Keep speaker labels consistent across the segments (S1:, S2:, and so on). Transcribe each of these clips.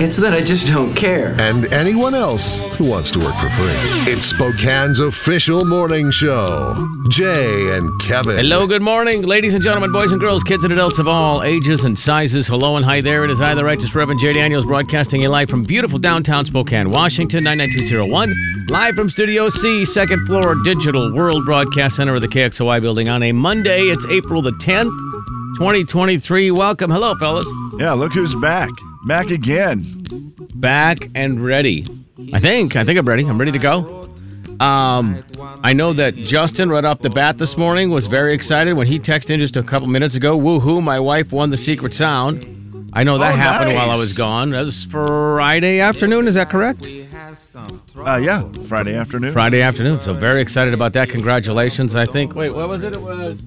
S1: It's that I just don't care.
S2: and anyone else who wants to work for free. It's Spokane's official morning show. Jay and Kevin.
S3: Hello, good morning, ladies and gentlemen, boys and girls, kids and adults of all ages and sizes. Hello and hi there. It is I, the Righteous Reverend Jay Daniels, broadcasting you live from beautiful downtown Spokane, Washington, 99201. Live from Studio C, second floor, Digital World Broadcast Center of the KXOI building on a Monday. It's April the 10th, 2023. Welcome. Hello, fellas.
S4: Yeah, look who's back. Back again.
S3: back and ready. I think. I think I'm ready. I'm ready to go. Um, I know that Justin right off the bat this morning was very excited when he texted in just a couple minutes ago. Woohoo! My wife won the secret sound. I know that
S4: Oh,
S3: happened while I
S4: nice.
S3: was gone. That was Friday afternoon. Is that correct?
S4: Uh, yeah, Friday afternoon.
S3: Friday afternoon. So very excited about that. Congratulations. I think. Wait, what was it? It was.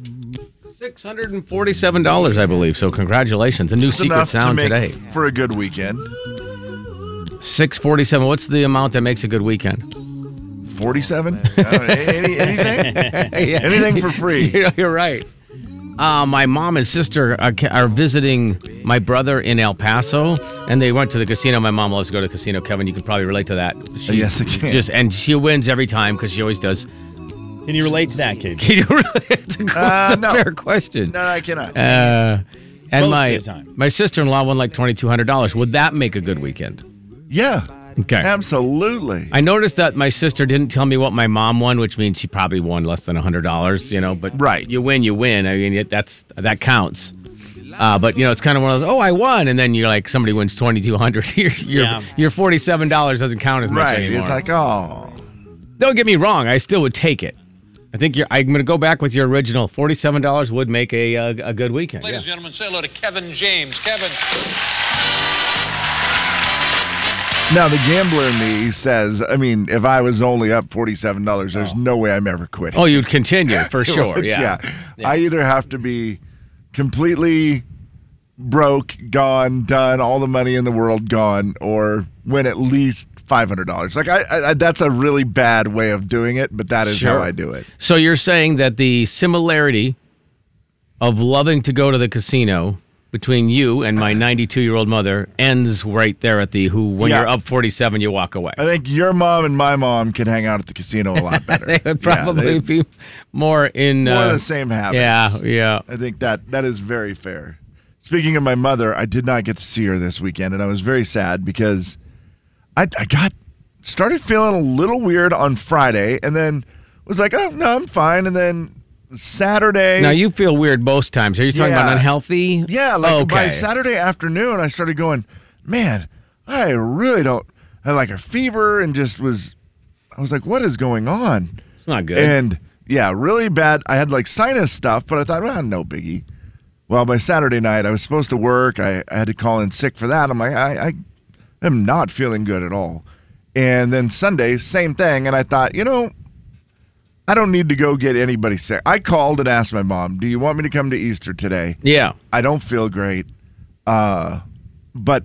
S3: Six hundred and forty-seven dollars, I believe. So, congratulations! A new
S4: It's
S3: secret
S4: enough
S3: sound
S4: to
S3: today.
S4: make for a good weekend.
S3: Six forty-seven. What's the amount that makes a good weekend?
S4: Forty-seven. I don't know, any- anything?
S3: Yeah.
S4: Anything for free?
S3: You're, you're right. Uh, my mom and sister are, ca- are visiting my brother in El Paso, and they went to the casino. My mom loves to go to the casino. Kevin, you can probably relate to that. She's
S4: Oh, Yes, I can.
S3: Just and she wins every time because she always does.
S5: Can you relate to that, kid?
S3: Can you relate? It's a,
S4: Uh,
S3: it's a
S4: no.
S3: fair question.
S4: No, I cannot.
S3: Uh, and
S5: Most
S3: my
S5: of the time.
S3: my sister in law won like twenty two hundred dollars. Would that make a good weekend?
S4: Yeah,
S3: Okay.
S4: absolutely.
S3: I noticed that my sister didn't tell me what my mom won, which means she probably won less than hundred dollars. You know, but
S4: Right.
S3: you win, you win. I mean, it, that's that counts. Uh, but you know, it's kind of one of those. Oh, I won, and then you're like, somebody wins twenty two hundred. Your your
S5: Yeah.
S3: your forty seven dollars doesn't count as much
S4: Right.
S3: anymore.
S4: It's like, oh,
S3: Don't get me wrong, I still would take it. I think you're. I'm going to go back with your original. Forty seven dollars would make a a, a good weekend.
S6: Ladies and gentlemen, say hello to Kevin James. Kevin.
S4: Now the gambler in me says, I mean, if I was only up forty-seven dollars, there's no way I'm ever quitting.
S3: Oh, you'd continue for sure.
S4: Like,
S3: Yeah.
S4: I either have to be completely broke, gone, done, all the money in the world gone, or win at least five hundred dollars. Like I, I, I- that's a really bad way of doing it, but that is
S3: Sure.
S4: how I do it.
S3: So you're saying that the similarity of loving to go to the casino between you and my 92 year old mother ends right there at the who when
S4: Yeah.
S3: you're up 47 you walk away.
S4: I think your mom and my mom can hang out at the casino a lot better.
S3: It would probably
S4: yeah,
S3: be more in
S4: they, more
S3: uh,
S4: the same habits.
S3: Yeah, yeah.
S4: I think that that is very fair. Speaking of my mother, I did not get to see her this weekend, and I was very sad because I, I got started feeling a little weird on Friday, and then was like, oh no, I'm fine, and then Saturday.
S3: Now you feel weird most times. Are you talking about
S4: Yeah.
S3: unhealthy?
S4: yeah, like by
S3: Okay.
S4: Saturday afternoon, I started going, man, I really don't. I had like a fever and just was. I was like, what is going on?
S3: It's not good.
S4: And yeah, really bad. I had like sinus stuff, but I thought, well, no biggie. Well, by Saturday night, I was supposed to work. I, I had to call in sick for that. I'm like, I, I am not feeling good at all. And then Sunday, same thing. And I thought, you know, I don't need to go get anybody sick. I called and asked my mom, do you want me to come to Easter today?
S3: yeah.
S4: I don't feel great. Uh, but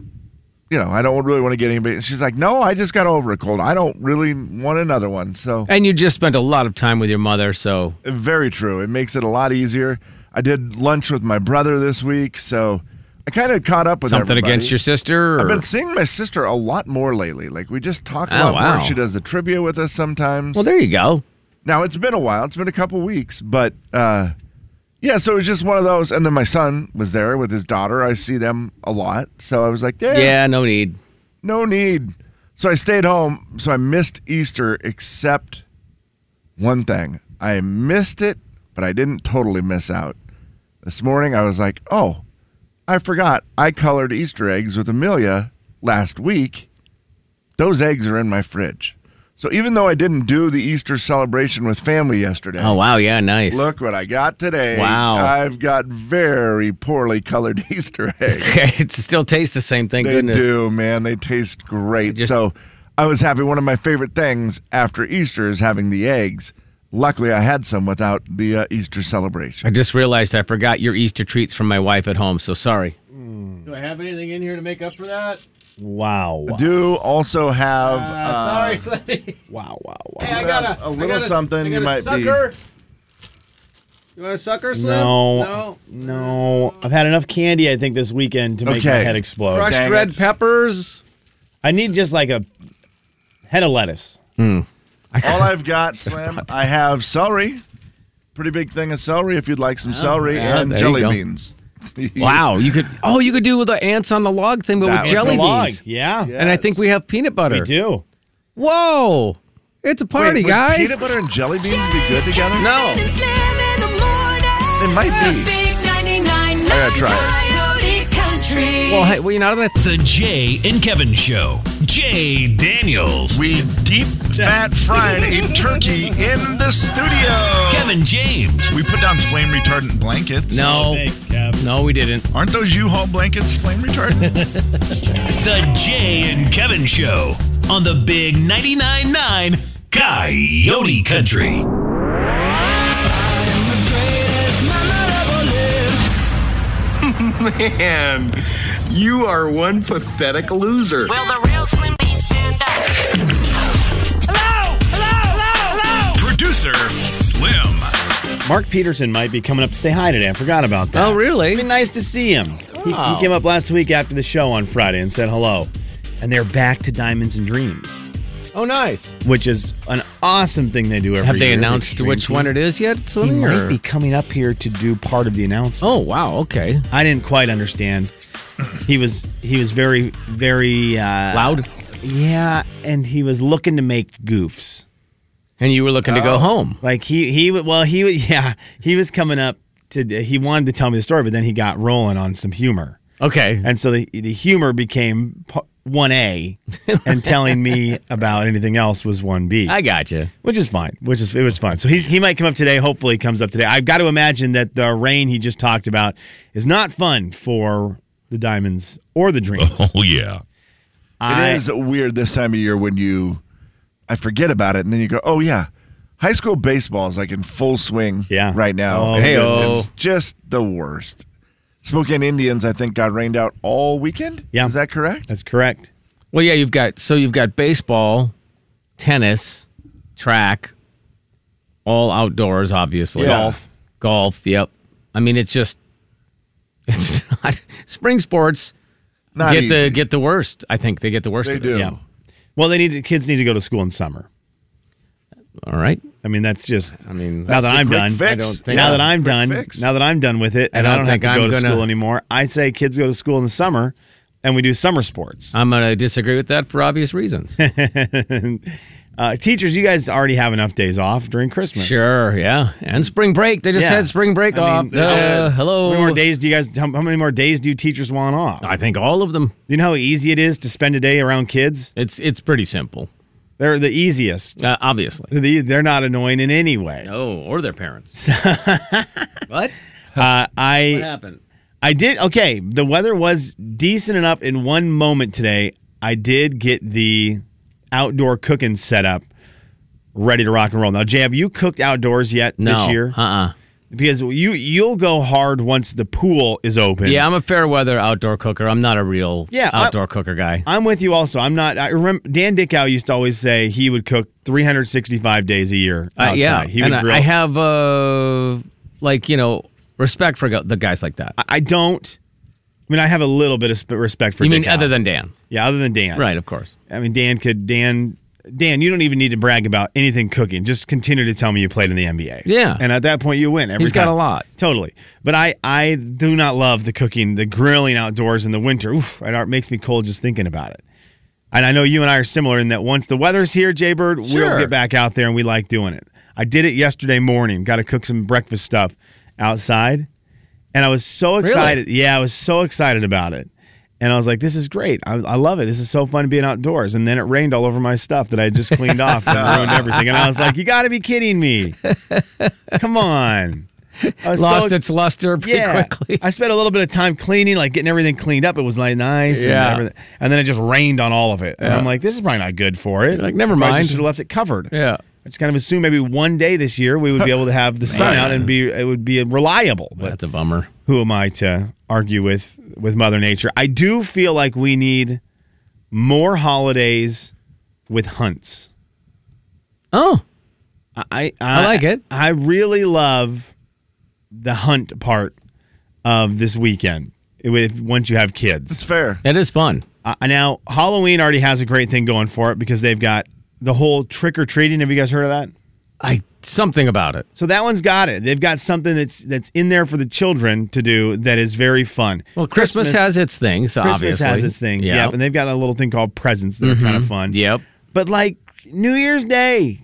S4: you know, I don't really want to get anybody. She's like, no, I just got over a cold. I don't really want another one. So
S3: And you just spent a lot of time with your mother, so
S4: very true. It makes it a lot easier. I did lunch with my brother this week, so I kind of caught up with
S3: something
S4: everybody.
S3: against your sister or
S4: I've been seeing my sister a lot more lately. Like we just talk a
S3: Oh,
S4: lot
S3: wow.
S4: more. She does the trivia with us sometimes.
S3: Well, there you go.
S4: Now it's been a while. It's been a couple weeks, but uh, yeah. So it was just one of those. And then my son was there with his daughter. I see them a lot, so I was like, yeah,
S3: Yeah, no need.
S4: no need. So I stayed home. So I missed Easter, except one thing. I missed it, but I didn't totally miss out. This morning I was like, oh, I forgot. I colored Easter eggs with Amelia last week. Those eggs are in my fridge. So even though I didn't do the Easter celebration with family yesterday,
S3: Oh wow, yeah, nice.
S4: look what I got today.
S3: Wow.
S4: I've got very poorly colored Easter eggs.
S3: it still tastes the same. Thank
S4: they
S3: goodness.
S4: do, man. They taste great.
S3: just-
S4: so I was happy. One of my favorite things after Easter is having the eggs. Luckily, I had some without the uh, Easter celebration.
S3: I just realized I forgot your Easter treats from my wife at home. So sorry. Do I have anything in here to make up for that?
S5: Wow.
S4: I do also have.
S3: Uh,
S4: uh,
S3: sorry, Slimmy.
S5: Wow, wow, wow.
S3: Hey, I got
S4: have
S3: a,
S4: a little something you might be-
S3: sucker. You want a sucker, Slim?
S5: No, no. I've had enough candy, I think, this weekend to make my
S4: Okay.
S5: head explode.
S3: Crushed
S4: dang
S3: red
S4: it.
S3: peppers.
S5: I need just like a head of lettuce.
S4: All I've got, Slim, I have celery. Pretty big thing of celery if you'd like some celery
S3: yeah,
S4: and
S3: there you
S4: jelly
S3: go.
S4: beans.
S3: Wow, you could. Oh, you could do with the ants on the log thing, but with
S4: That was
S3: jelly
S5: It's a log.
S3: beans.
S5: Yeah,
S3: And I think we have peanut butter.
S5: we do.
S3: Whoa, it's a
S4: Wait,
S3: party,
S4: would
S3: guys.
S4: Peanut butter and jelly beans be good together?
S3: No.
S4: It might be.
S7: I
S4: gotta try
S7: it. Country.
S3: Well, hey, well, you know that's
S8: The Jay and Kevin Show. Jay Daniels.
S4: We deep fat fried a turkey in the studio.
S8: Kevin James.
S4: We put down flame retardant blankets.
S3: no, no, we didn't.
S4: Aren't those U-Haul blankets flame retardant?
S8: The Jay and Kevin Show on the Big 99.9 9 Coyote Country.
S9: Man, you are one pathetic loser.
S10: Will the real Slim B stand up? Hello! Hello! Hello! Hello!
S8: Producer Slim.
S5: Mark Peterson might be coming up to say hi today. I forgot about that.
S3: Oh, really?
S5: It'd be nice to see him. He, he came up last week after the show on Friday and said hello. And they're back to Diamonds and Dreams,
S3: Oh, nice.
S5: which is an awesome thing they do every
S3: Have they
S5: year.
S3: announced which one it is yet?
S5: He
S3: Slim,
S5: might
S3: or-
S5: be coming up here to do part of the announcement.
S3: Oh, wow. Okay.
S5: I didn't quite understand. He was he was very very uh,
S3: Loud.
S5: Yeah, and he was looking to make goofs.
S3: And you were looking to
S5: Oh.
S3: go home.
S5: Like he he w- well he was yeah he was coming up to he wanted to tell me the story, but then he got rolling on some humor,
S3: Okay.
S5: and so the the humor became one A, and telling me about anything else was one B,
S3: I got you.
S5: which is fine, which is it was fun. So he's he might come up today. Hopefully, he comes up today. I've got to imagine that the rain he just talked about is not fun for the diamonds or the dreams.
S8: Oh, yeah.
S5: I-
S4: it is weird this time of year when you, I forget about it, and then you go, oh yeah, high school baseball is like in full swing
S5: Yeah.
S4: right now.
S5: Oh,
S4: and
S3: hey-oh.
S4: It's just the worst. Spokane Indians, I think, got rained out all weekend.
S5: Yeah.
S4: Is that correct?
S5: That's correct.
S3: Well, yeah, you've got so you've got baseball, tennis, track, all outdoors, obviously.
S4: Yeah.
S3: Golf. Golf, yep. I mean, it's just it's not spring sports
S4: Not
S3: get
S4: easy.
S3: the get the worst. I think they get the worst
S4: they
S3: of
S4: do.
S3: it.
S5: Yeah. Well, they need to, kids need to go to school in summer.
S3: All right.
S5: I mean, that's just.
S3: I mean,
S5: now that
S4: the
S5: I'm
S4: quick
S5: done,
S4: fix.
S3: I don't think-
S5: now
S3: Yeah,
S5: that I'm
S4: quick
S5: done,
S4: fix.
S5: now that I'm done with it, and
S3: I
S5: I
S3: don't
S5: don't, have
S3: think
S5: to
S3: I'm
S5: go to
S3: gonna-
S5: school anymore, I say kids go to school in the summer, and we do summer sports.
S3: I'm going to disagree with that for obvious reasons.
S5: uh, teachers, you guys already have enough days off during Christmas.
S3: sure, yeah. And spring break. They just
S5: Yeah.
S3: had spring break
S5: I
S3: off.
S5: mean,
S3: uh,
S5: How
S3: hello.
S5: many more days do you guys? How, how many more days do teachers want off?
S3: I think all of them.
S5: you know how easy it is to spend a day around kids.
S3: It's it's pretty simple.
S5: They're the easiest.
S3: Uh, obviously.
S5: They- They're not annoying in any way.
S3: Oh, or their parents. what?
S5: Uh,
S3: What
S5: I
S3: happened?
S5: I did okay. The weather was decent enough in one moment today. I did get the outdoor cooking set up ready to rock and roll. Now, Jay, have you cooked outdoors yet
S3: No.
S5: this year?
S3: Uh uh
S5: Because you you'll go hard once the pool is open.
S3: Yeah, I'm a fair weather outdoor cooker. I'm not a real
S5: Yeah, I-
S3: outdoor cooker guy.
S5: I'm with you also. I'm not. I remember Dan Dickow used to always say he would cook 365 days a year.
S3: Uh,
S5: Outside.
S3: yeah,
S5: he would
S3: and I,
S5: grill.
S3: I have uh, like you know respect for go- the guys like that.
S5: I- I don't. I mean, I have a little bit of sp- respect for.
S3: you mean
S5: Dickow.
S3: other than Dan?
S5: yeah, other than Dan,
S3: Right, of course.
S5: I mean, Dan could Dan Dan. You don't even need to brag about anything cooking. Just continue to tell me you played in the NBA.
S3: Yeah.
S5: and at that point, you win. Every
S3: He's got
S5: time.
S3: a lot.
S5: Totally, but I I do not love the cooking, the grilling outdoors in the winter. Oof, it ar- makes me cold just thinking about it. And I know you and I are similar in that once the weather's here, Jaybird,
S3: Sure.
S5: we'll get back out there and we like doing it. I did it yesterday morning. Got to cook some breakfast stuff outside, and I was so excited. Yeah, I was so excited about it. And I was like, this is great. I, I love it. This is so fun being outdoors. And then it rained all over my stuff that I had just cleaned off and ruined everything. And I was like, you got to be kidding me. Come on. I was
S3: Lost
S5: so-
S3: its luster pretty
S5: yeah.
S3: quickly.
S5: I spent a little bit of time cleaning, like getting everything cleaned up. It was like nice.
S3: Yeah.
S5: And, everything. and then it just rained on all of it. And
S3: Yeah.
S5: I'm like, this is probably not good for it.
S3: like, never
S5: I
S3: mind.
S5: should have left it covered.
S3: Yeah.
S5: I just kind of assumed maybe one day this year we would be able to have the sun out and be it would be reliable. But
S3: That's a bummer.
S5: who am I to argue with with Mother Nature? I do feel like we need more holidays with hunts.
S3: Oh,
S5: I I, I
S3: like it.
S5: I really love the hunt part of this weekend. If, once you have kids,
S4: It's fair.
S3: That is fun.
S5: Uh, now Halloween already has a great thing going for it because they've got the whole trick or treating. Have you guys heard of that?
S3: I something about it.
S5: So that one's got it. They've got something that's that's in there for the children to do that is very fun.
S3: Well, Christmas, has its things.
S5: Christmas
S3: obviously.
S5: has its things. Yeah, and they've got a little thing called presents that are kind of fun.
S3: Mm-hmm. Yep.
S5: But like New Year's Day,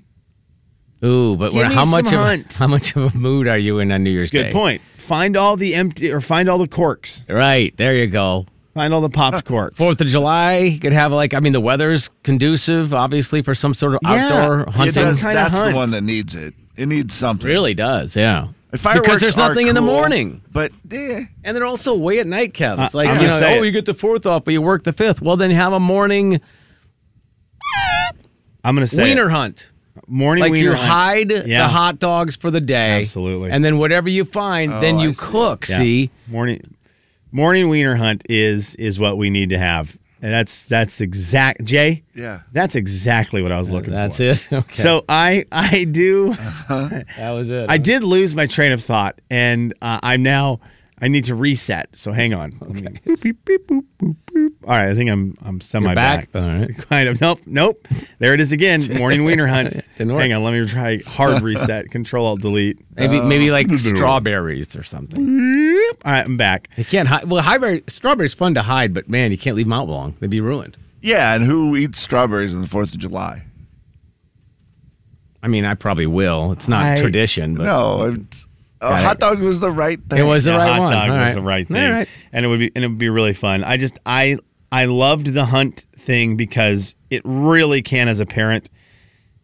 S3: Ooh, but
S5: Give
S3: we're-
S5: me
S3: how much
S5: some
S3: of
S5: hunt.
S3: a, how much of a mood are you in on New Year's
S5: it's a good
S3: Day?
S5: point. Find all the empty or find all the corks.
S3: Right there, you go.
S5: Find all the popped corks.
S3: Fourth of July you could have like I mean the weather's conducive obviously for some sort of
S5: Yeah,
S3: outdoor
S5: it
S4: It
S3: hunting.
S4: does,
S5: kinda
S4: that's
S5: hunt.
S4: the one that needs it. It needs something.
S3: really does, yeah.
S4: If Fireworks
S3: there's
S4: are
S3: nothing in the
S4: cool,
S3: morning.
S4: But eh,
S3: And they're also way at night, Kev. It's
S5: Uh,
S3: like
S5: I'm
S3: you
S5: gonna
S3: know,
S5: say
S3: oh,
S5: it.
S3: you get the fourth off, but you work the fifth. Well, then have a morning
S5: I'm gonna say it.
S3: wiener hunt.
S5: morning
S3: Like
S5: wiener
S3: you
S5: hunt.
S3: hide
S5: Yeah.
S3: the hot dogs for the day,
S5: Absolutely.
S3: and then whatever you find, then
S4: Oh,
S3: you
S4: I see.
S3: cook.
S5: Yeah.
S3: See,
S5: morning morning wiener hunt is is what we need to have. And that's that's exact Jay.
S4: Yeah.
S5: That's exactly what I was looking
S3: that's
S5: for.
S3: it. Okay, Uh-huh.
S5: So I I do
S3: that was it.
S5: I did lose my train of thought, and uh, I'm now I need to reset. So hang on. Let me- Boop, boop, boop, boop, boop. All right, I think I'm I'm semi
S3: You're back? All right.
S5: Kind of. Nope. Nope. There it is again. Morning wiener hunt.
S3: Didn't work.
S5: Hang on. Let me try hard reset. Control Alt Delete.
S3: Maybe maybe like strawberries or something.
S5: All right, I'm back.
S3: You can't hide. Well, highberry, strawberries fun to hide, but man, you can't leave them out long. They'd be ruined.
S4: yeah, and who eats strawberries on the 4th of July?
S3: I mean, I probably will. It's not
S5: I-
S3: tradition, but
S4: No, it's, a
S3: Got it.
S4: hot dog was the right thing.
S3: it was the
S5: Yeah,
S3: right
S5: hot
S3: one.
S5: dog
S3: All
S5: was the right thing,
S3: All right.
S5: and it would be and it would be really fun. I just I I loved the hunt thing because it really can, as a parent,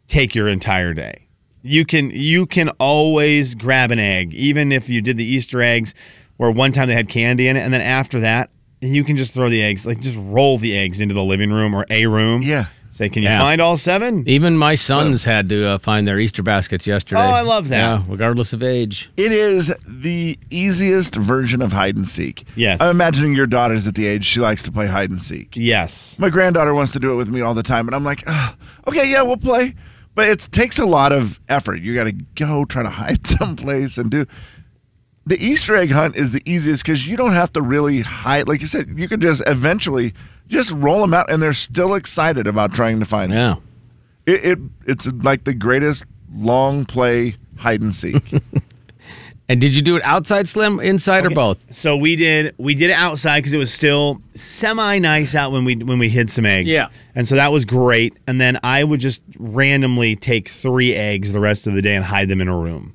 S5: take your entire day. You can you can always grab an egg, even if you did the Easter eggs, where one time they had candy in it, and then after that, you can just throw the eggs, like just roll the eggs into the living room or a room.
S4: Yeah.
S5: Say, can you
S3: Yeah.
S5: find all seven?
S3: Even my sons had to uh, find their Easter baskets yesterday.
S5: Oh, I love that.
S3: Yeah, regardless of age.
S4: It is the easiest version of hide and seek.
S5: Yes.
S4: I'm imagining your daughter's at the age she likes to play hide and seek.
S5: Yes.
S4: My granddaughter wants to do it with me all the time, and I'm like, "Ugh, okay, yeah, we'll play. But it takes a lot of effort. You got to go try to hide someplace and do. The Easter egg hunt is the easiest because you don't have to really hide. Like you said, you can just eventually just roll them out, and they're still excited about trying to find them.
S3: Yeah.
S4: It, it it's like the greatest long play hide and seek.
S3: And did you do it outside, Slim, inside, or both?
S5: So we did we did it outside because it was still semi nice out when we when we hid some eggs.
S3: Yeah.
S5: and so that was great. And then I would just randomly take three eggs the rest of the day and hide them in a room.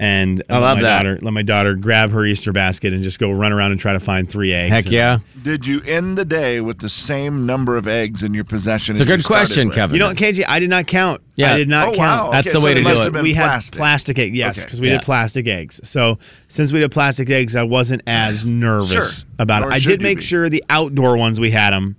S5: And I
S3: love
S5: my
S3: that.
S5: Daughter, let my daughter grab her Easter basket and just go run around and try to find three eggs.
S3: Heck
S5: And-
S3: yeah.
S4: Did you end the day with the same number of eggs in your possession?
S3: It's a
S4: as you
S3: good
S4: started
S3: question,
S4: with?
S3: Kevin.
S5: You know, what, KJ, I did not count.
S3: Yeah.
S5: I did not
S4: Oh,
S5: count.
S4: wow.
S3: That's
S4: Okay,
S3: the way
S4: so
S3: to
S4: it
S3: do
S4: must
S3: it.
S4: have been
S5: we
S4: plastic.
S5: had plastic eggs, yes,
S4: Okay.
S5: because we
S3: Yeah.
S5: did plastic eggs. So since we did plastic eggs, I wasn't as nervous
S4: Sure.
S5: about it.
S4: Nor
S5: I
S4: should
S5: did
S4: you
S5: make
S4: be.
S5: sure the outdoor ones we had them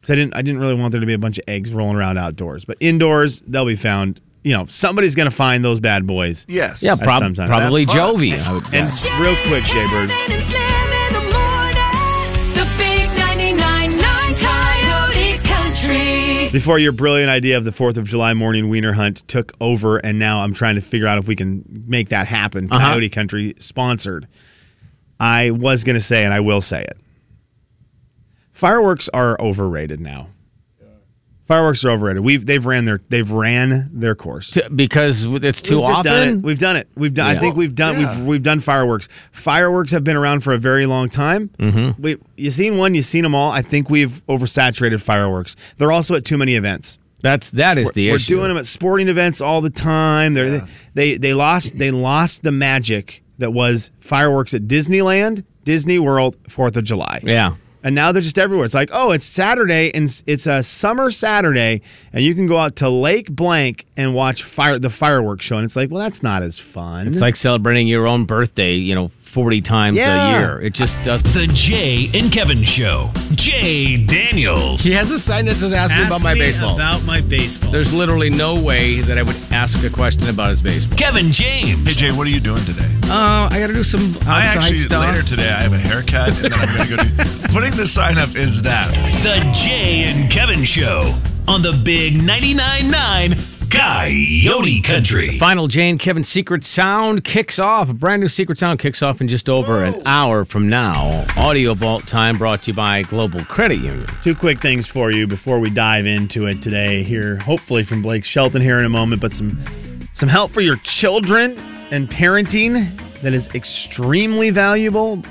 S5: because I didn't. I didn't really want there to be a bunch of eggs rolling around outdoors, but indoors they'll be found. You know, somebody's gonna find those bad boys.
S4: Yes.
S3: Yeah,
S5: That's
S3: prob-
S5: sometimes-
S3: probably
S4: That's fun.
S3: Jovi. I would
S5: And
S3: guess.
S5: real quick, Jay Bird.
S7: Kevin and Slim in the morning. The big 99.9 Coyote Country.
S5: Before your brilliant idea of the Fourth of July morning wiener hunt took over, and now I'm trying to figure out if we can make that happen.
S3: Uh-huh.
S5: Coyote Country sponsored. I was gonna say, and I will say it. Fireworks are overrated now. Fireworks are overrated. We've they've ran their they've ran their course.
S3: T- because it's too
S5: We've just
S3: often.
S5: Done it. We've done it. We've done.
S3: Yeah.
S5: I think we've done.
S4: Well, yeah.
S5: We've we've done fireworks. Fireworks have been around for a very long time. Mm-hmm. We you seen one, you seen them all. I think we've oversaturated fireworks. They're also at too many events.
S3: That's that is the
S5: We're
S3: issue.
S5: doing them at sporting events all the time. They're, They they lost they lost the magic that was fireworks at Disneyland, Disney World, Fourth of July.
S3: yeah.
S5: And now they're just everywhere. It's like, oh, it's Saturday and s- it's a summer Saturday, and you can go out to Lake Blank and watch fire the fireworks show. And it's like, well, that's not as fun.
S3: It's like celebrating your own birthday, you know, 40 times
S5: Yeah.
S3: a year. It just doesn't.
S8: The Jay and Kevin Show. Jay Daniels.
S3: He has a sign that says "Ask me about my baseball."
S8: About my baseball.
S3: There's literally no way that I would ask a question about his baseball.
S8: Kevin James.
S11: Hey Jay, what are you doing today?
S3: Uh, I got to do some outside
S11: I actually
S3: stuff.
S11: later today I have a haircut and then I'm gonna go do putting the sign up is that.
S8: The Jay and Kevin Show on the Big 99.9 9 Coyote
S3: The
S8: Country.
S3: final Jane Kevin Secret Sound kicks off. A brand new Secret Sound kicks off in just over an hour from now. Audio Vault time brought to you by Global Credit Union.
S5: Two quick things for you before we dive into it today here, hopefully from Blake Shelton here in a moment, but some some help for your children and parenting that is extremely valuable.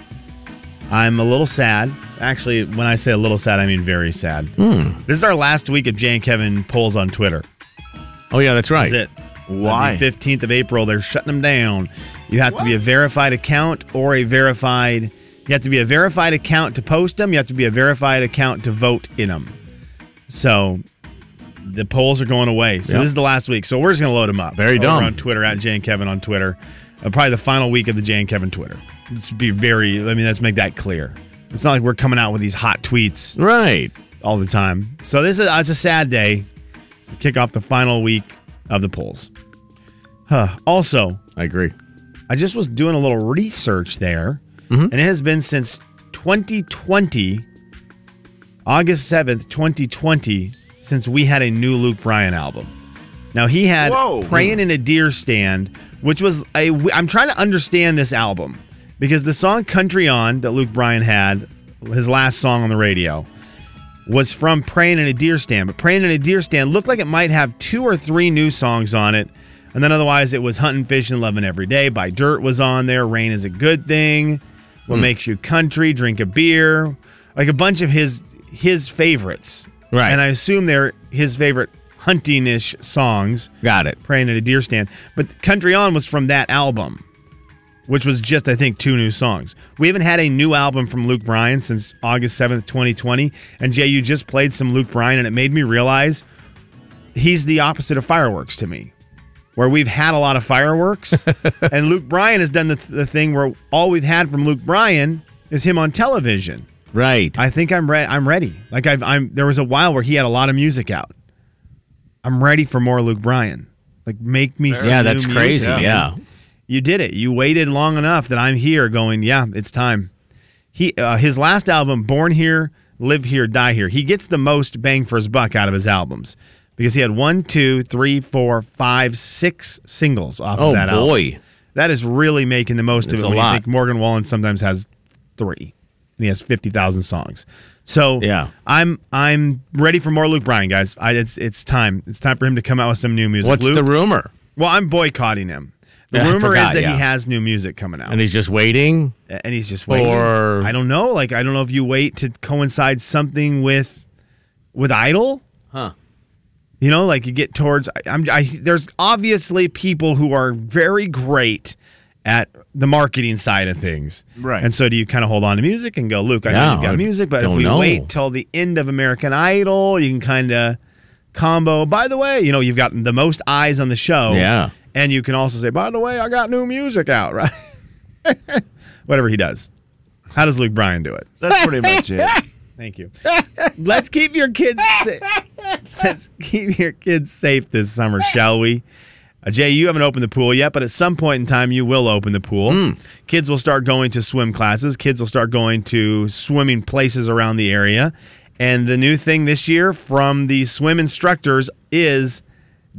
S5: I'm a little sad. Actually, when I say a little sad, I mean very sad. This is our last week of Jay and Kevin polls on Twitter.
S3: Oh yeah, that's right.
S5: That's it. Why? Fifteenth of April, they're shutting them down. You have to be a verified account or a verified. You have to be a verified account to post them. You have to be a verified account to vote in them. So the polls are going away. So
S3: Yeah.
S5: this is the last week. So we're just gonna load them up.
S3: Very
S5: Over
S3: dumb.
S5: on Twitter at Jay and Kevin on Twitter. Uh, probably the final week of the Jay and Kevin Twitter. Let's be very. I mean, let's make that clear. It's not like we're coming out with these hot tweets
S3: right
S5: all the time. So this is uh, it's a sad day to kick off the final week of the polls. Huh. Also,
S3: I agree.
S5: I just was doing a little research there, and it has been since 2020, August 7th, 2020, since we had a new Luke Bryan album. Now he had
S11: Whoa.
S5: "Praying in a Deer Stand," which was a. I'm trying to understand this album because the song "Country On" that Luke Bryan had, his last song on the radio, was from Praying in a Deer Stand, but Praying in a Deer Stand looked like it might have two or three new songs on it. And then otherwise, it was Hunting, Fishing, Loving Every Day by Dirt was on there. Rain is a Good Thing. What Makes You Country, Drink a Beer. Like a bunch of his his favorites.
S3: Right.
S5: And I assume they're his favorite hunting ish songs.
S3: Got it.
S5: Praying at a Deer Stand. But Country On was from that album, which was just, I think, two new songs. We haven't had a new album from Luke Bryan since August 7th, 2020. And Jay, you just played some Luke Bryan, and it made me realize he's the opposite of fireworks to me, where we've had a lot of fireworks. and Luke Bryan has done the, the thing where all we've had from Luke Bryan is him on television.
S3: Right.
S5: I think I'm ready. I'm ready. Like I've, I'm. There was a while where he had a lot of music out. I'm ready for more Luke Bryan. Like make me. some
S3: yeah,
S5: new
S3: that's
S5: music.
S3: crazy. Yeah.
S5: you did it. You waited long enough that I'm here. Going, yeah, it's time. He uh, his last album, Born Here, Live Here, Die Here. He gets the most bang for his buck out of his albums because he had one, two, three, four, five, six singles off
S3: Oh
S5: of that album.
S3: boy.
S5: That is really making the most
S3: It's
S5: of it.
S3: a
S5: When
S3: lot.
S5: You think Morgan Wallen sometimes has three, and he has fifty thousand songs. So
S3: Yeah.
S5: I'm I'm ready for more Luke Bryan, guys. I, it's it's time. It's time for him to come out with some new music.
S3: What's
S5: Luke,
S3: the rumor?
S5: well, I'm boycotting him. The
S3: Yeah, I
S5: rumor
S3: forgot,
S5: is that
S3: yeah.
S5: he has new music coming out,
S3: And he's just waiting.
S5: and he's just waiting.
S3: Or-
S5: I don't know. Like I don't know if you wait to coincide something with with Idol.
S3: Huh.
S5: You know, like you get towards. I, I'm. I, there's obviously people who are very great at the marketing side of things,
S4: Right.
S5: And so do you kind of hold on to music and go, Luke, I know
S3: Yeah,
S5: you've got
S3: I
S5: music, but if
S3: don't
S5: we
S3: know."
S5: wait till the end of American Idol, you can kind of combo. By the way, you know you've got the most eyes on the show,
S3: Yeah.
S5: and you can also say, by the way, I got new music out, right? Whatever he does. How does Luke Bryan do it?
S4: That's pretty much it.
S5: Thank you. Let's keep your kids safe. Let's keep your kids safe this summer, shall we? Uh, Jay, you haven't opened the pool yet, but at some point in time, you will open the pool. Kids will start going to swim classes. Kids will start going to swimming places around the area. And the new thing this year from the swim instructors is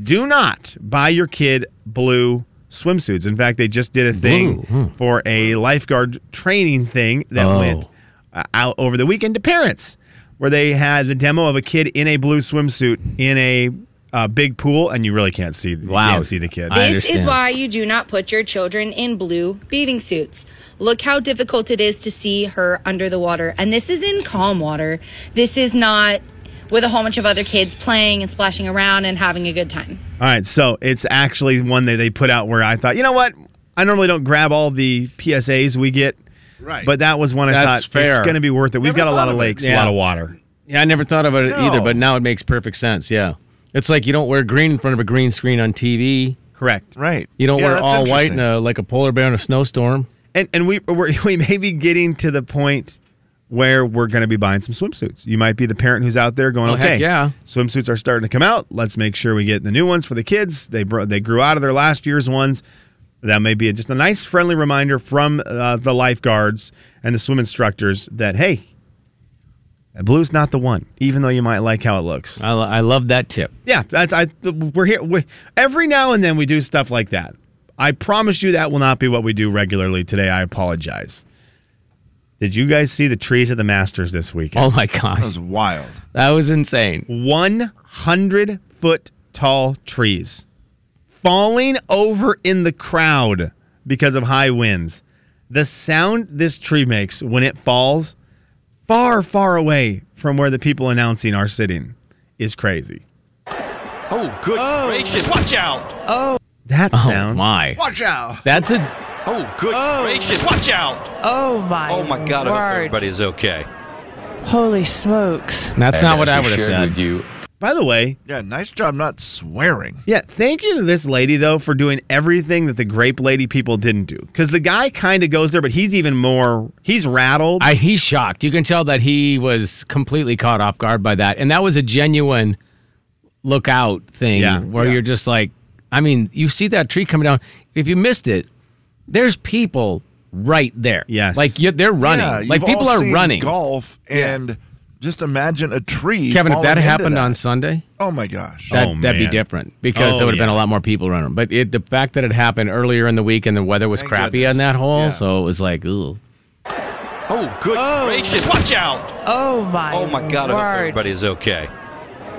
S5: do not buy your kid blue swimsuits. In fact, they just did a thing for a lifeguard training thing that
S3: Oh.
S5: went uh, out over the weekend to parents, where they had the demo of a kid in a blue swimsuit in a uh, big pool, and you really can't see.
S3: Wow.
S5: you can't see the kid.
S3: I
S12: This is
S3: understand.
S12: why you do not put your children in blue bathing suits. Look how difficult it is to see her under the water. And this is in calm water. This is not with a whole bunch of other kids playing and splashing around and having a good time.
S5: All right, so it's actually one that they put out where I thought, you know what? I normally don't grab all the PSAs we get Right. But that was one I
S3: That's
S5: thought
S3: fair.
S5: it's going to be worth it. We've got a lot of lakes, a lot of water.
S3: Yeah, I never thought about it either,
S5: No.
S3: but now it makes perfect sense. Yeah. It's like you don't wear green in front of a green screen on TV.
S5: Correct.
S4: Right.
S3: You don't
S5: Yeah,
S3: wear
S5: that's
S3: all white
S5: interesting.
S3: in a, like a polar bear in a snowstorm.
S5: And and we we're, we may be getting to the point where we're going to be buying some swimsuits. You might be the parent who's out there going,
S3: Oh,
S5: okay,
S3: heck yeah.
S5: swimsuits are starting to come out. Let's make sure we get the new ones for the kids. They bro- they grew out of their last year's ones. That may be just a nice friendly reminder from uh, the lifeguards and the swim instructors that hey, blue's not the one, even though you might like how it looks.
S3: I, I love that tip.
S5: Yeah, that's I. We're here. We, every now and then we do stuff like that. I promise you that will not be what we do regularly today. I apologize. Did you guys see the trees at the Masters this weekend?
S3: Oh my gosh. That was
S4: wild.
S3: That was insane.
S5: 100 foot tall trees falling over in the crowd because of high winds. The sound this tree makes when it falls far, far away from where the people announcing are sitting is crazy.
S10: Oh, good gracious! Watch out! Oh,
S5: That sound.
S3: my.
S10: watch out!
S3: That's a.
S10: Oh, good gracious! Watch out! Oh my!
S13: Oh my God! I hope
S10: Word.
S13: everybody's okay.
S10: Holy smokes!
S3: That's not what I would have said.
S13: you.
S5: By the way,
S4: yeah, nice job not swearing.
S5: Yeah, thank you to this lady though for doing everything that the grape lady people didn't do. Because the guy kind of goes there, but he's even more. He's rattled.
S3: I, he's shocked. You can tell that he was completely caught off guard by that. And that was a genuine lookout thing
S5: Yeah,
S3: where you're just like, I mean, you see that tree coming down. If you missed it, there's people right there.
S5: Yes.
S3: Like you, they're running.
S4: Yeah,
S3: like
S4: you've
S3: people
S4: all
S3: are
S4: seen
S3: running.
S4: golf and just imagine a tree.
S3: Kevin, if that
S4: falling into
S3: happened
S4: that.
S3: on Sunday,
S4: oh my gosh,
S3: that, that'd be different because
S5: Oh,
S3: there would have been a
S5: yeah.
S3: lot more people around them. But it, the fact that it happened earlier in the week and the weather was crappy on that hole, so it was like, ooh.
S13: Oh good gracious! Watch out!
S10: Oh my!
S13: Oh my God! I hope
S10: Word.
S13: everybody's okay.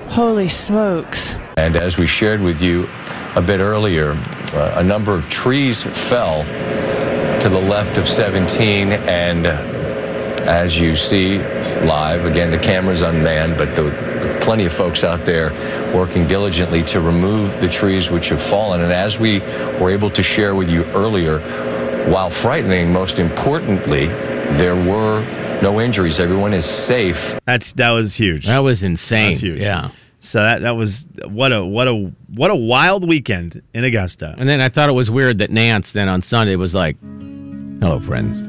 S10: Holy smokes!
S14: And as we shared with you a bit earlier, uh, a number of trees fell to the left of 17. And uh, as you see live, again, the camera's unmanned, but the, plenty of folks out there working diligently to remove the trees which have fallen. And as we were able to share with you earlier, while frightening, most importantly, there were no injuries. Everyone is safe.
S5: That's that was huge.
S3: That was insane.
S5: That's huge.
S3: Yeah.
S5: So that that was what a what a what a wild weekend in Augusta.
S3: And then I thought it was weird that Nance then on Sunday was like, Hello, friends.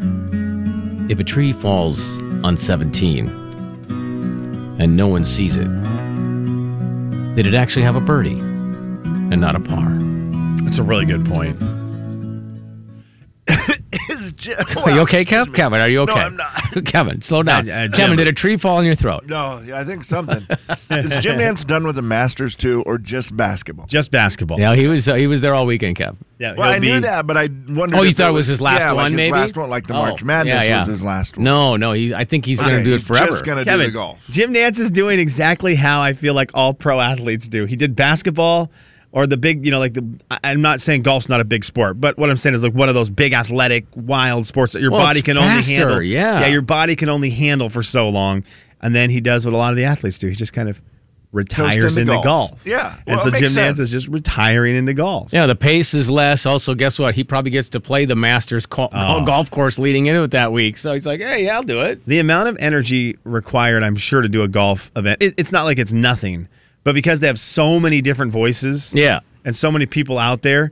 S3: If a tree falls on 17 and no one sees it, did it actually have a birdie and not a par?
S5: That's a really good point.
S4: It's just-
S3: Are you okay, Kev? Kevin, are you
S4: oh, No,
S3: okay?
S4: I'm
S3: Kevin, slow down.
S4: uh, Jim.
S3: Kevin, did a tree fall in your throat?
S4: No, yeah, I think something. Is Jim Nance done with the Masters too, or just basketball?
S5: Just basketball.
S3: Yeah, he was uh, he was there all weekend, Kev.
S5: Yeah,
S4: Well, I knew that, but I wondered.
S3: Oh, you
S4: if
S3: thought
S4: it
S3: it was his last
S4: yeah,
S3: one,
S4: like his
S3: maybe?
S4: last one, like the March Madness was his last.
S3: one. No, no, he, I think he's going
S4: Okay,
S3: to do it
S4: he's
S3: forever.
S4: just gonna do
S5: Kevin,
S4: the golf.
S5: Jim Nance is doing exactly how I feel like all pro athletes do. He did basketball or the big, you know, like the. I- I'm not saying golf's not a big sport, but what I'm saying is like one of those big athletic wild sports that your
S3: Well,
S5: body
S3: it's
S5: can
S3: faster,
S5: only handle.
S3: yeah.
S5: yeah, your body can only handle for so long, and then he does what a lot of the athletes do. He just kind of retires
S3: into
S5: into golf.
S3: golf.
S4: Yeah,
S5: and
S4: well,
S5: so
S4: it makes
S5: Jim Nance
S4: sense.
S5: is just retiring into golf.
S3: Yeah, the pace is less. Also, guess what? He probably gets to play the Masters co-
S5: Oh.
S3: golf course leading into it that week. So he's like, hey, yeah, I'll do it.
S5: The amount of energy required, I'm sure, to do a golf event, it, it's not like it's nothing, but because they have so many different voices
S3: yeah,
S5: and so many people out there,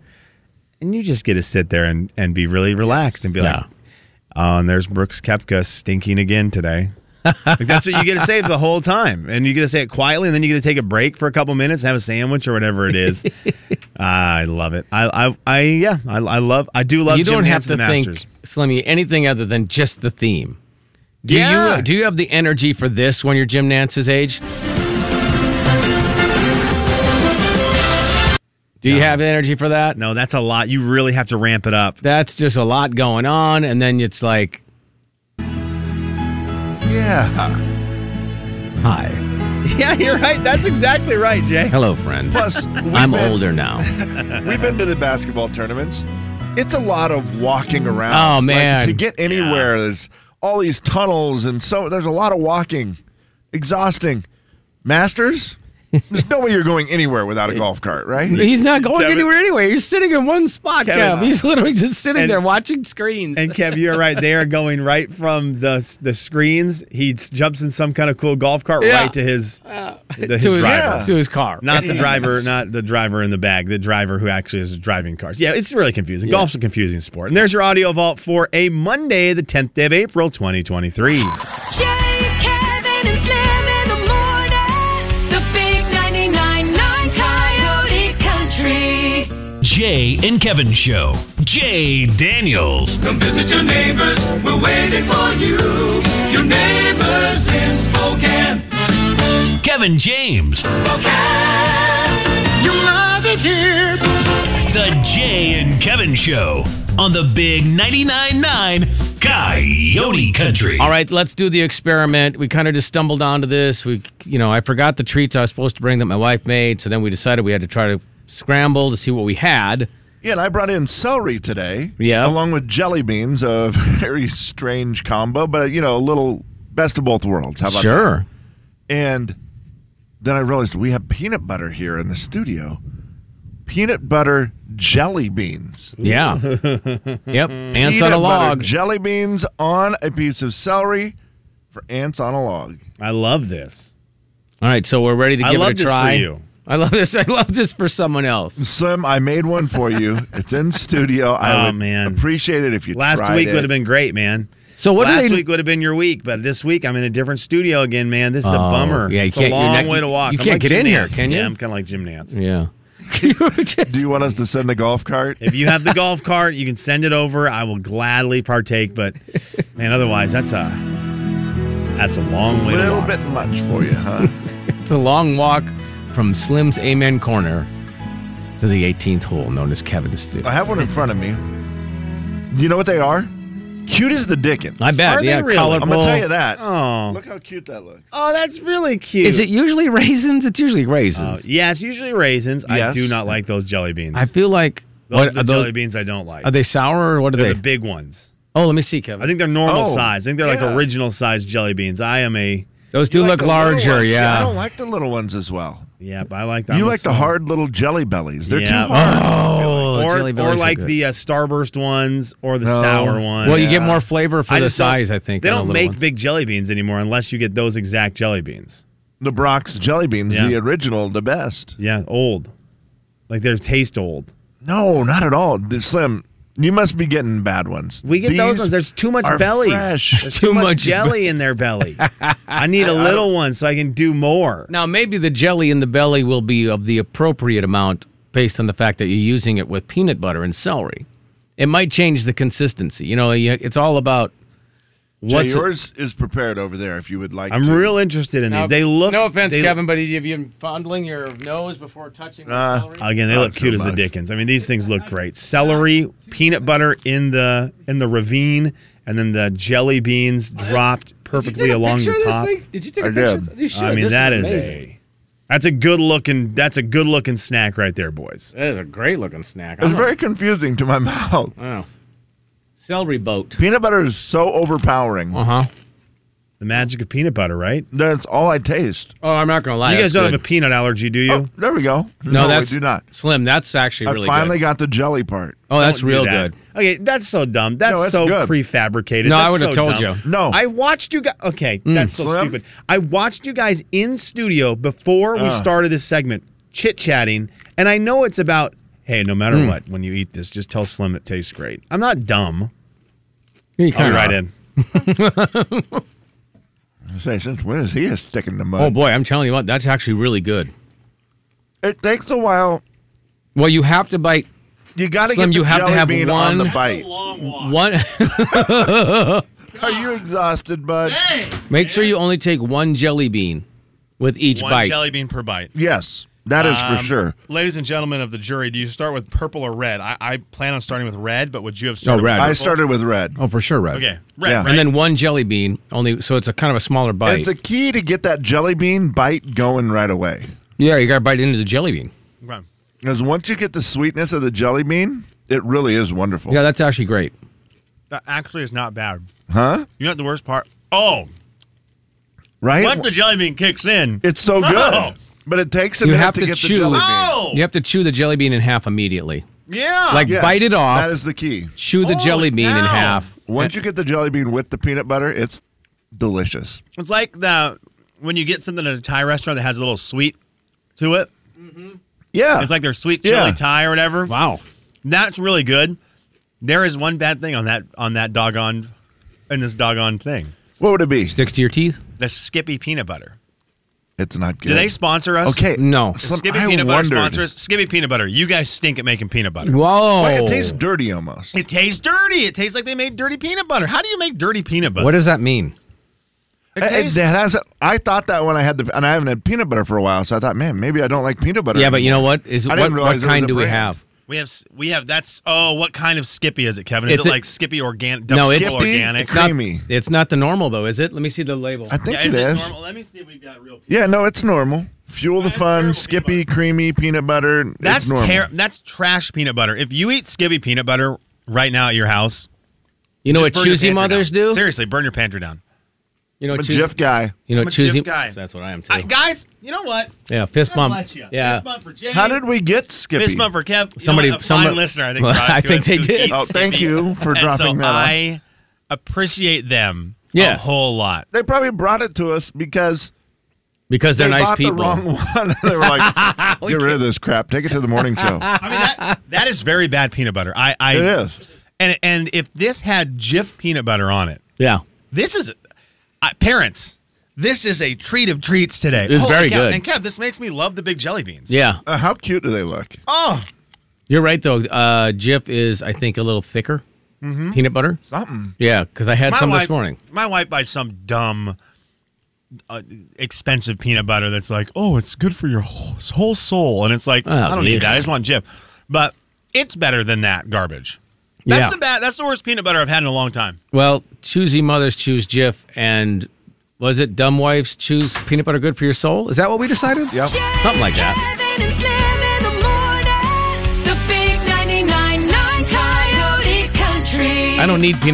S5: and you just get to sit there and, and be really relaxed and be like, oh, and there's Brooks Kepka stinking again today. like that's what you get to say the whole time. And you get to say it quietly, and then you get to take a break for a couple minutes, have a sandwich or whatever it is. Ah, I love it. I, I, I yeah, I, I love, I do love
S3: you
S5: Jim
S3: don't have
S5: Nance
S3: to
S5: and the Masters.
S3: think, Slimmy, anything other than just the theme. Do
S5: Yeah.
S3: you do you have the energy for this when you're Jim Nance's age? Do you have the energy for that?
S5: No, that's a lot. You really have to ramp it up.
S3: That's just a lot going on, and then it's like,
S4: Yeah.
S3: hi,
S5: Yeah, you're right. That's exactly right, Jay.
S3: hello, friend.
S4: Plus, we've
S3: I'm
S4: been-
S3: older now.
S4: We've been to the basketball tournaments. It's a lot of walking around.
S3: Oh,
S4: Like,
S3: man.
S4: to get anywhere, there's all these tunnels and so there's a lot of walking. Exhausting. Masters? There's no way you're going anywhere without a golf cart, right?
S3: He's not going anywhere anyway. You're sitting in one spot,
S4: Kevin.
S3: Kev. He's literally just sitting
S5: And-
S3: there watching screens.
S5: And Kev, you're right. They are going right from the the screens. He s- jumps in some kind of cool golf cart
S3: Yeah. Uh,
S5: right to his the, his
S3: To his-
S5: driver
S3: yeah. To his car.
S5: Not the
S3: Jeez.
S5: driver, not the driver in the bag. The driver who actually is driving cars. Yeah, it's really confusing.
S3: Yeah.
S5: Golf's a confusing sport. And there's your audio vault for a Monday, the 10th day of April, 2023.
S7: Jay, Kevin, and Slim in the morning. The big 99.9 Coyote Country.
S8: Jay and Kevin Show. Jay Daniels. Come visit your neighbors. We're waiting for you. Your neighbors in Spokane. Kevin James. You love it here. The Jay and Kevin Show on the Big 99.9 9 Coyote Country.
S3: All right, let's do the experiment. We kind of just stumbled onto this. We, you know, I forgot the treats I was supposed to bring that my wife made, so then we decided we had to try to scramble to see what we had.
S4: Yeah, and I brought in celery today.
S3: Yeah.
S4: Along with jelly beans, a very strange combo, but you know, a little best of both worlds. How about
S3: Sure.
S4: that? And then I realized we have peanut butter here in the studio. Peanut butter jelly beans.
S3: Yeah. yep. Ants on
S4: Peanut
S3: a
S4: butter
S3: log.
S4: jelly beans on a piece of celery for ants on a log.
S5: I love this.
S3: All right, so we're ready to
S4: I
S3: give
S4: love
S3: it
S4: this
S3: a
S4: for
S3: try.
S4: you.
S3: I love this. I love this for someone else.
S4: Slim, I made one for you. it's in studio. I
S5: Oh,
S4: would appreciate it if you
S5: Last
S4: tried
S5: week
S4: it.
S5: would have been great, man.
S3: So what do
S5: Last
S3: they-
S5: week would have been your week, but this week I'm in a different studio again, man. This is a
S3: Oh,
S5: bummer.
S3: yeah, you
S5: it's
S3: can't-
S5: a
S3: you're
S5: long
S3: not-
S5: way to walk.
S3: you
S5: I'm
S3: can't
S5: like
S3: get
S5: Jim
S3: in here,
S5: Nance.
S3: can you?
S5: Yeah, I'm kind of like Jim Nance.
S3: Yeah.
S4: Do you want us to send the golf cart?
S5: If you have the golf cart, you can send it over. I will gladly partake, but man, otherwise that's a that's a long way. to
S4: little
S5: walk.
S4: bit much for you, huh?
S3: It's a long walk from Slim's Amen Corner to the 18th hole, known as Kevin's Studio.
S4: I have one in front of me. You know what they are? Cute as the Dickens.
S3: I bet, Are they yeah, really? colorful.
S4: I'm gonna tell you that.
S5: Oh.
S4: Look how cute that looks.
S5: Oh, that's really cute.
S3: Is it usually raisins? It's usually raisins.
S5: Oh, yeah, it's usually raisins. I
S3: Yes.
S5: do not like those jelly beans.
S3: I feel like
S5: those
S3: what-
S5: are the
S3: are
S5: jelly beans I don't like.
S3: Are they sour or what are
S5: They're
S3: they?
S5: the big ones.
S3: oh, let me see, Kevin.
S5: I think they're normal
S3: Oh,
S5: size. I think they're like original size jelly beans. I am a
S3: Those do look larger, yeah.
S4: I don't like the little ones as well.
S5: Yeah, but I like that.
S4: You like the hard little jelly bellies. They're
S5: Yeah.
S4: too hard.
S3: Oh,
S5: or,
S3: jelly
S5: or
S3: bellies are
S5: like
S3: good.
S5: the uh, starburst ones or the
S3: No.
S5: sour ones.
S3: Well, you get more flavor for the
S5: just don't-
S3: size, I think,
S5: They
S3: than the
S5: don't
S3: little
S5: make
S3: ones.
S5: big jelly beans anymore unless you get those exact jelly beans.
S4: The Brock's jelly beans,
S5: Yeah.
S4: the original, the best.
S5: Yeah, old. Like they taste old.
S4: No, not at all. The- Slim, you must be getting bad ones.
S5: We get those
S4: These
S5: ones. There's too much
S4: are
S5: belly.
S4: fresh.
S5: There's too, much, jelly in their belly. I need a
S3: I- I
S5: little one so I can do more.
S3: Now, maybe the jelly in the belly will be of the appropriate amount based on the fact that you're using it with peanut butter and celery. It might change the consistency. You know, you- it's all about
S4: Jay,
S3: what's.
S4: yours is prepared over there if you would like
S5: I'm
S4: to.
S5: real interested in
S3: Now,
S5: these. They look.
S3: No offense,
S5: they-
S3: Kevin, but have you been fondling your nose before touching the
S5: Uh,
S3: celery?
S5: again, they
S3: Not
S5: look
S3: so
S5: cute as
S3: much.
S5: the Dickens. I mean, these things look great. Celery, peanut butter in the in the ravine, and then the jelly beans dropped perfectly along the top.
S3: Did you
S4: take a I picture? did. You
S5: I
S4: should.
S5: mean,
S4: This
S5: that
S4: is
S5: is
S4: amazing.
S5: a that's a good looking that's a good looking snack right there, boys.
S3: That is a great looking snack.
S4: It's very confusing to my mouth.
S3: Wow. Celery boat.
S4: Peanut butter is so overpowering.
S3: Uh
S5: Uh-huh.
S3: huh.
S5: The magic of peanut butter, right?
S4: That's all I taste.
S3: Oh, I'm not gonna lie.
S5: you guys
S3: that's
S5: don't
S3: good.
S5: have a peanut allergy, do you?
S4: Oh, there we go.
S3: No, that's
S4: we do not.
S3: Slim. That's actually really
S4: I finally
S3: good.
S4: got the jelly part.
S3: oh, that's
S5: Don't do
S3: real
S5: that.
S3: good.
S5: Okay, that's so dumb. That's,
S4: that's
S5: so
S4: good.
S5: prefabricated.
S3: No, I
S5: That's
S3: would've
S5: so
S3: told
S5: dumb.
S3: you. Hmm.
S4: No.
S5: I watched you guys. Okay, that's so
S4: Slim?
S5: stupid. I watched you guys in studio before we
S4: Ah.
S5: started this segment, chit chatting, and I know it's about. Hey, no matter
S3: Hmm.
S5: what, when you eat this, just tell Slim it tastes great. I'm not dumb.
S3: You
S5: I'll
S3: kinda
S5: be right
S3: are.
S5: in.
S4: I say, since when is he a stick in the mud?
S3: Oh boy, I'm telling you what, that's actually really good.
S4: It takes a while.
S3: Well, you have to bite
S4: You got to get
S3: Slim,
S4: the
S3: you have to
S4: jelly
S3: have
S4: bean on
S3: one-
S4: the
S3: one.
S4: bite. Are you exhausted, bud?
S3: Make sure you only take one jelly bean with each
S5: One
S3: bite.
S5: jelly bean per bite.
S4: Yes, that is
S5: Um,
S4: for sure.
S5: Ladies and gentlemen of the jury, do you start with purple or red? I, I plan on starting with red, but would you have started? with
S3: red.
S5: purple?
S4: I started with red.
S3: oh, for sure, right?
S5: Okay, red.
S4: Yeah.
S5: right?
S3: And then one jelly bean, only so it's a kind of a smaller bite.
S4: It's a key to get that jelly bean bite going right away.
S3: yeah, you got to bite into the jelly bean.
S5: Run.
S4: Because once you get the sweetness of the jelly bean, it really is wonderful.
S3: Yeah, that's actually great.
S5: That actually is not bad.
S4: Huh?
S5: You know what the worst part? Oh,
S4: Right?
S5: once the jelly bean kicks in,
S4: It's so good.
S5: Oh,
S4: But it takes a
S3: you
S4: minute
S3: have
S4: to,
S3: to,
S4: get
S3: chew.
S4: the jelly bean.
S3: You have to chew the jelly bean in half immediately.
S4: Yeah,
S3: Like, bite it off.
S4: That is the key.
S3: Chew the jelly bean in half.
S4: Once you get the jelly bean with the peanut butter, it's delicious.
S5: It's like the when you get something at a Thai restaurant that has a little sweet to it.
S4: Yeah,
S5: it's like their sweet chili
S4: Yeah.
S5: Thai or whatever.
S3: Wow,
S5: that's really good. There is one bad thing on that on that doggone in this doggone thing.
S4: What would it be?
S3: Sticks to your teeth.
S5: The Skippy peanut butter.
S4: It's not good.
S5: Do they sponsor us?
S4: Okay,
S3: no.
S5: If Skippy peanut butter sponsors. Skippy peanut butter. You guys stink at making peanut butter.
S3: Whoa!
S4: Like, it tastes dirty almost.
S5: Oh. It tastes dirty. It tastes like they made dirty peanut butter. How do you make dirty peanut butter?
S3: What does that mean?
S4: It,
S5: It tastes-
S4: that has. I thought that when I had the, and I haven't had peanut butter for a while, so I thought, man, maybe I don't like peanut butter.
S3: Yeah, but you know
S4: anymore.
S3: what? Is
S4: I
S3: what,
S4: didn't realize
S3: what
S4: it was
S3: kind
S4: a
S3: do we
S4: brand.
S3: have?
S5: We have we have that's oh what kind of Skippy is it Kevin? Is
S3: It's
S5: it
S3: a-
S5: like Skippy organic?
S3: no, it's
S5: organic.
S3: It's not, it's not the normal though, is it? Let me see the label.
S4: I think
S5: Yeah,
S4: it
S5: is it
S4: is.
S5: normal? Let me see if we've got real.
S4: Yeah, no, it's normal. Fuel the fun, Skippy, creamy peanut butter.
S5: That's
S4: it's normal.
S5: ter- that's trash peanut butter. If you eat Skippy peanut butter right now at your house,
S3: You know
S5: just
S3: what
S5: burn your
S3: choosy
S5: pantry
S3: mothers
S5: down.
S3: do?
S5: Seriously, burn your pantry down.
S3: You know,
S4: I'm a
S3: choosy-
S4: Jif guy.
S3: You know,
S5: I'm a
S3: choosy
S5: Jif guy.
S3: That's what I am too.
S5: I- guys, you know what?
S3: yeah, fist
S5: God
S3: bump.
S5: bless you.
S3: Yeah,
S5: Fist bump for Jay.
S4: How did we get Skippy?
S5: Fist bump for Kev. You know
S3: Somebody-
S5: what? a
S3: somebody-
S5: fine listener. I think.
S3: Well,
S5: brought it
S3: I
S5: to
S3: think
S5: us
S3: they
S5: who
S3: did.
S5: eats
S4: Oh, thank
S5: Skippy.
S4: you for
S5: And
S4: dropping
S5: so
S4: that off.
S5: I appreciate them
S3: Yes.
S5: a whole lot.
S4: They probably brought it to us because
S3: because they're
S4: they
S3: nice
S4: bought
S3: people.
S4: the wrong one. they were like, get rid of this crap. Take it to the morning show.
S5: I mean that that is very bad peanut butter. I, I
S4: it is.
S5: And and if this had Jif peanut butter on it,
S3: yeah,
S5: this is uh, parents. This is a treat of treats today.
S3: It's very
S5: cow.
S3: good.
S5: And Kev, this makes me love the big jelly beans.
S3: yeah.
S4: Uh, how cute do they look?
S5: Oh,
S3: You're right though. Uh, Jif is, I think, a little thicker. Peanut butter.
S4: Something.
S3: Yeah, because I had some
S5: wife,
S3: this morning.
S5: Mm-hmm. My wife buys some dumb, uh, expensive peanut butter that's like, oh, it's good for your whole, whole soul, and it's like, I don't need
S3: yes.
S5: that. I just want Jif. But it's better than that garbage. That's
S3: Yeah.
S5: the bad. That's the worst peanut butter I've had in a long time.
S3: Well, choosy mothers choose Jif, and was it dumb wives choose peanut butter good for your soul? Is that what we decided?
S4: Yep.
S3: Something like that.
S7: Kevin and Slim in the morning. The big 99.9 Coyote Country.
S3: I don't need peanut.